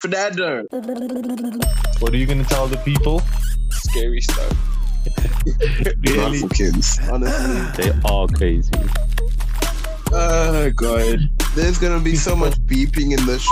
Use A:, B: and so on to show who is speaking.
A: for that dirt.
B: What are you gonna tell the people?
A: Scary stuff.
C: Not
B: Really?
C: for kids.
A: Honestly.
B: They are crazy.
C: Oh god. There's gonna be so much beeping in this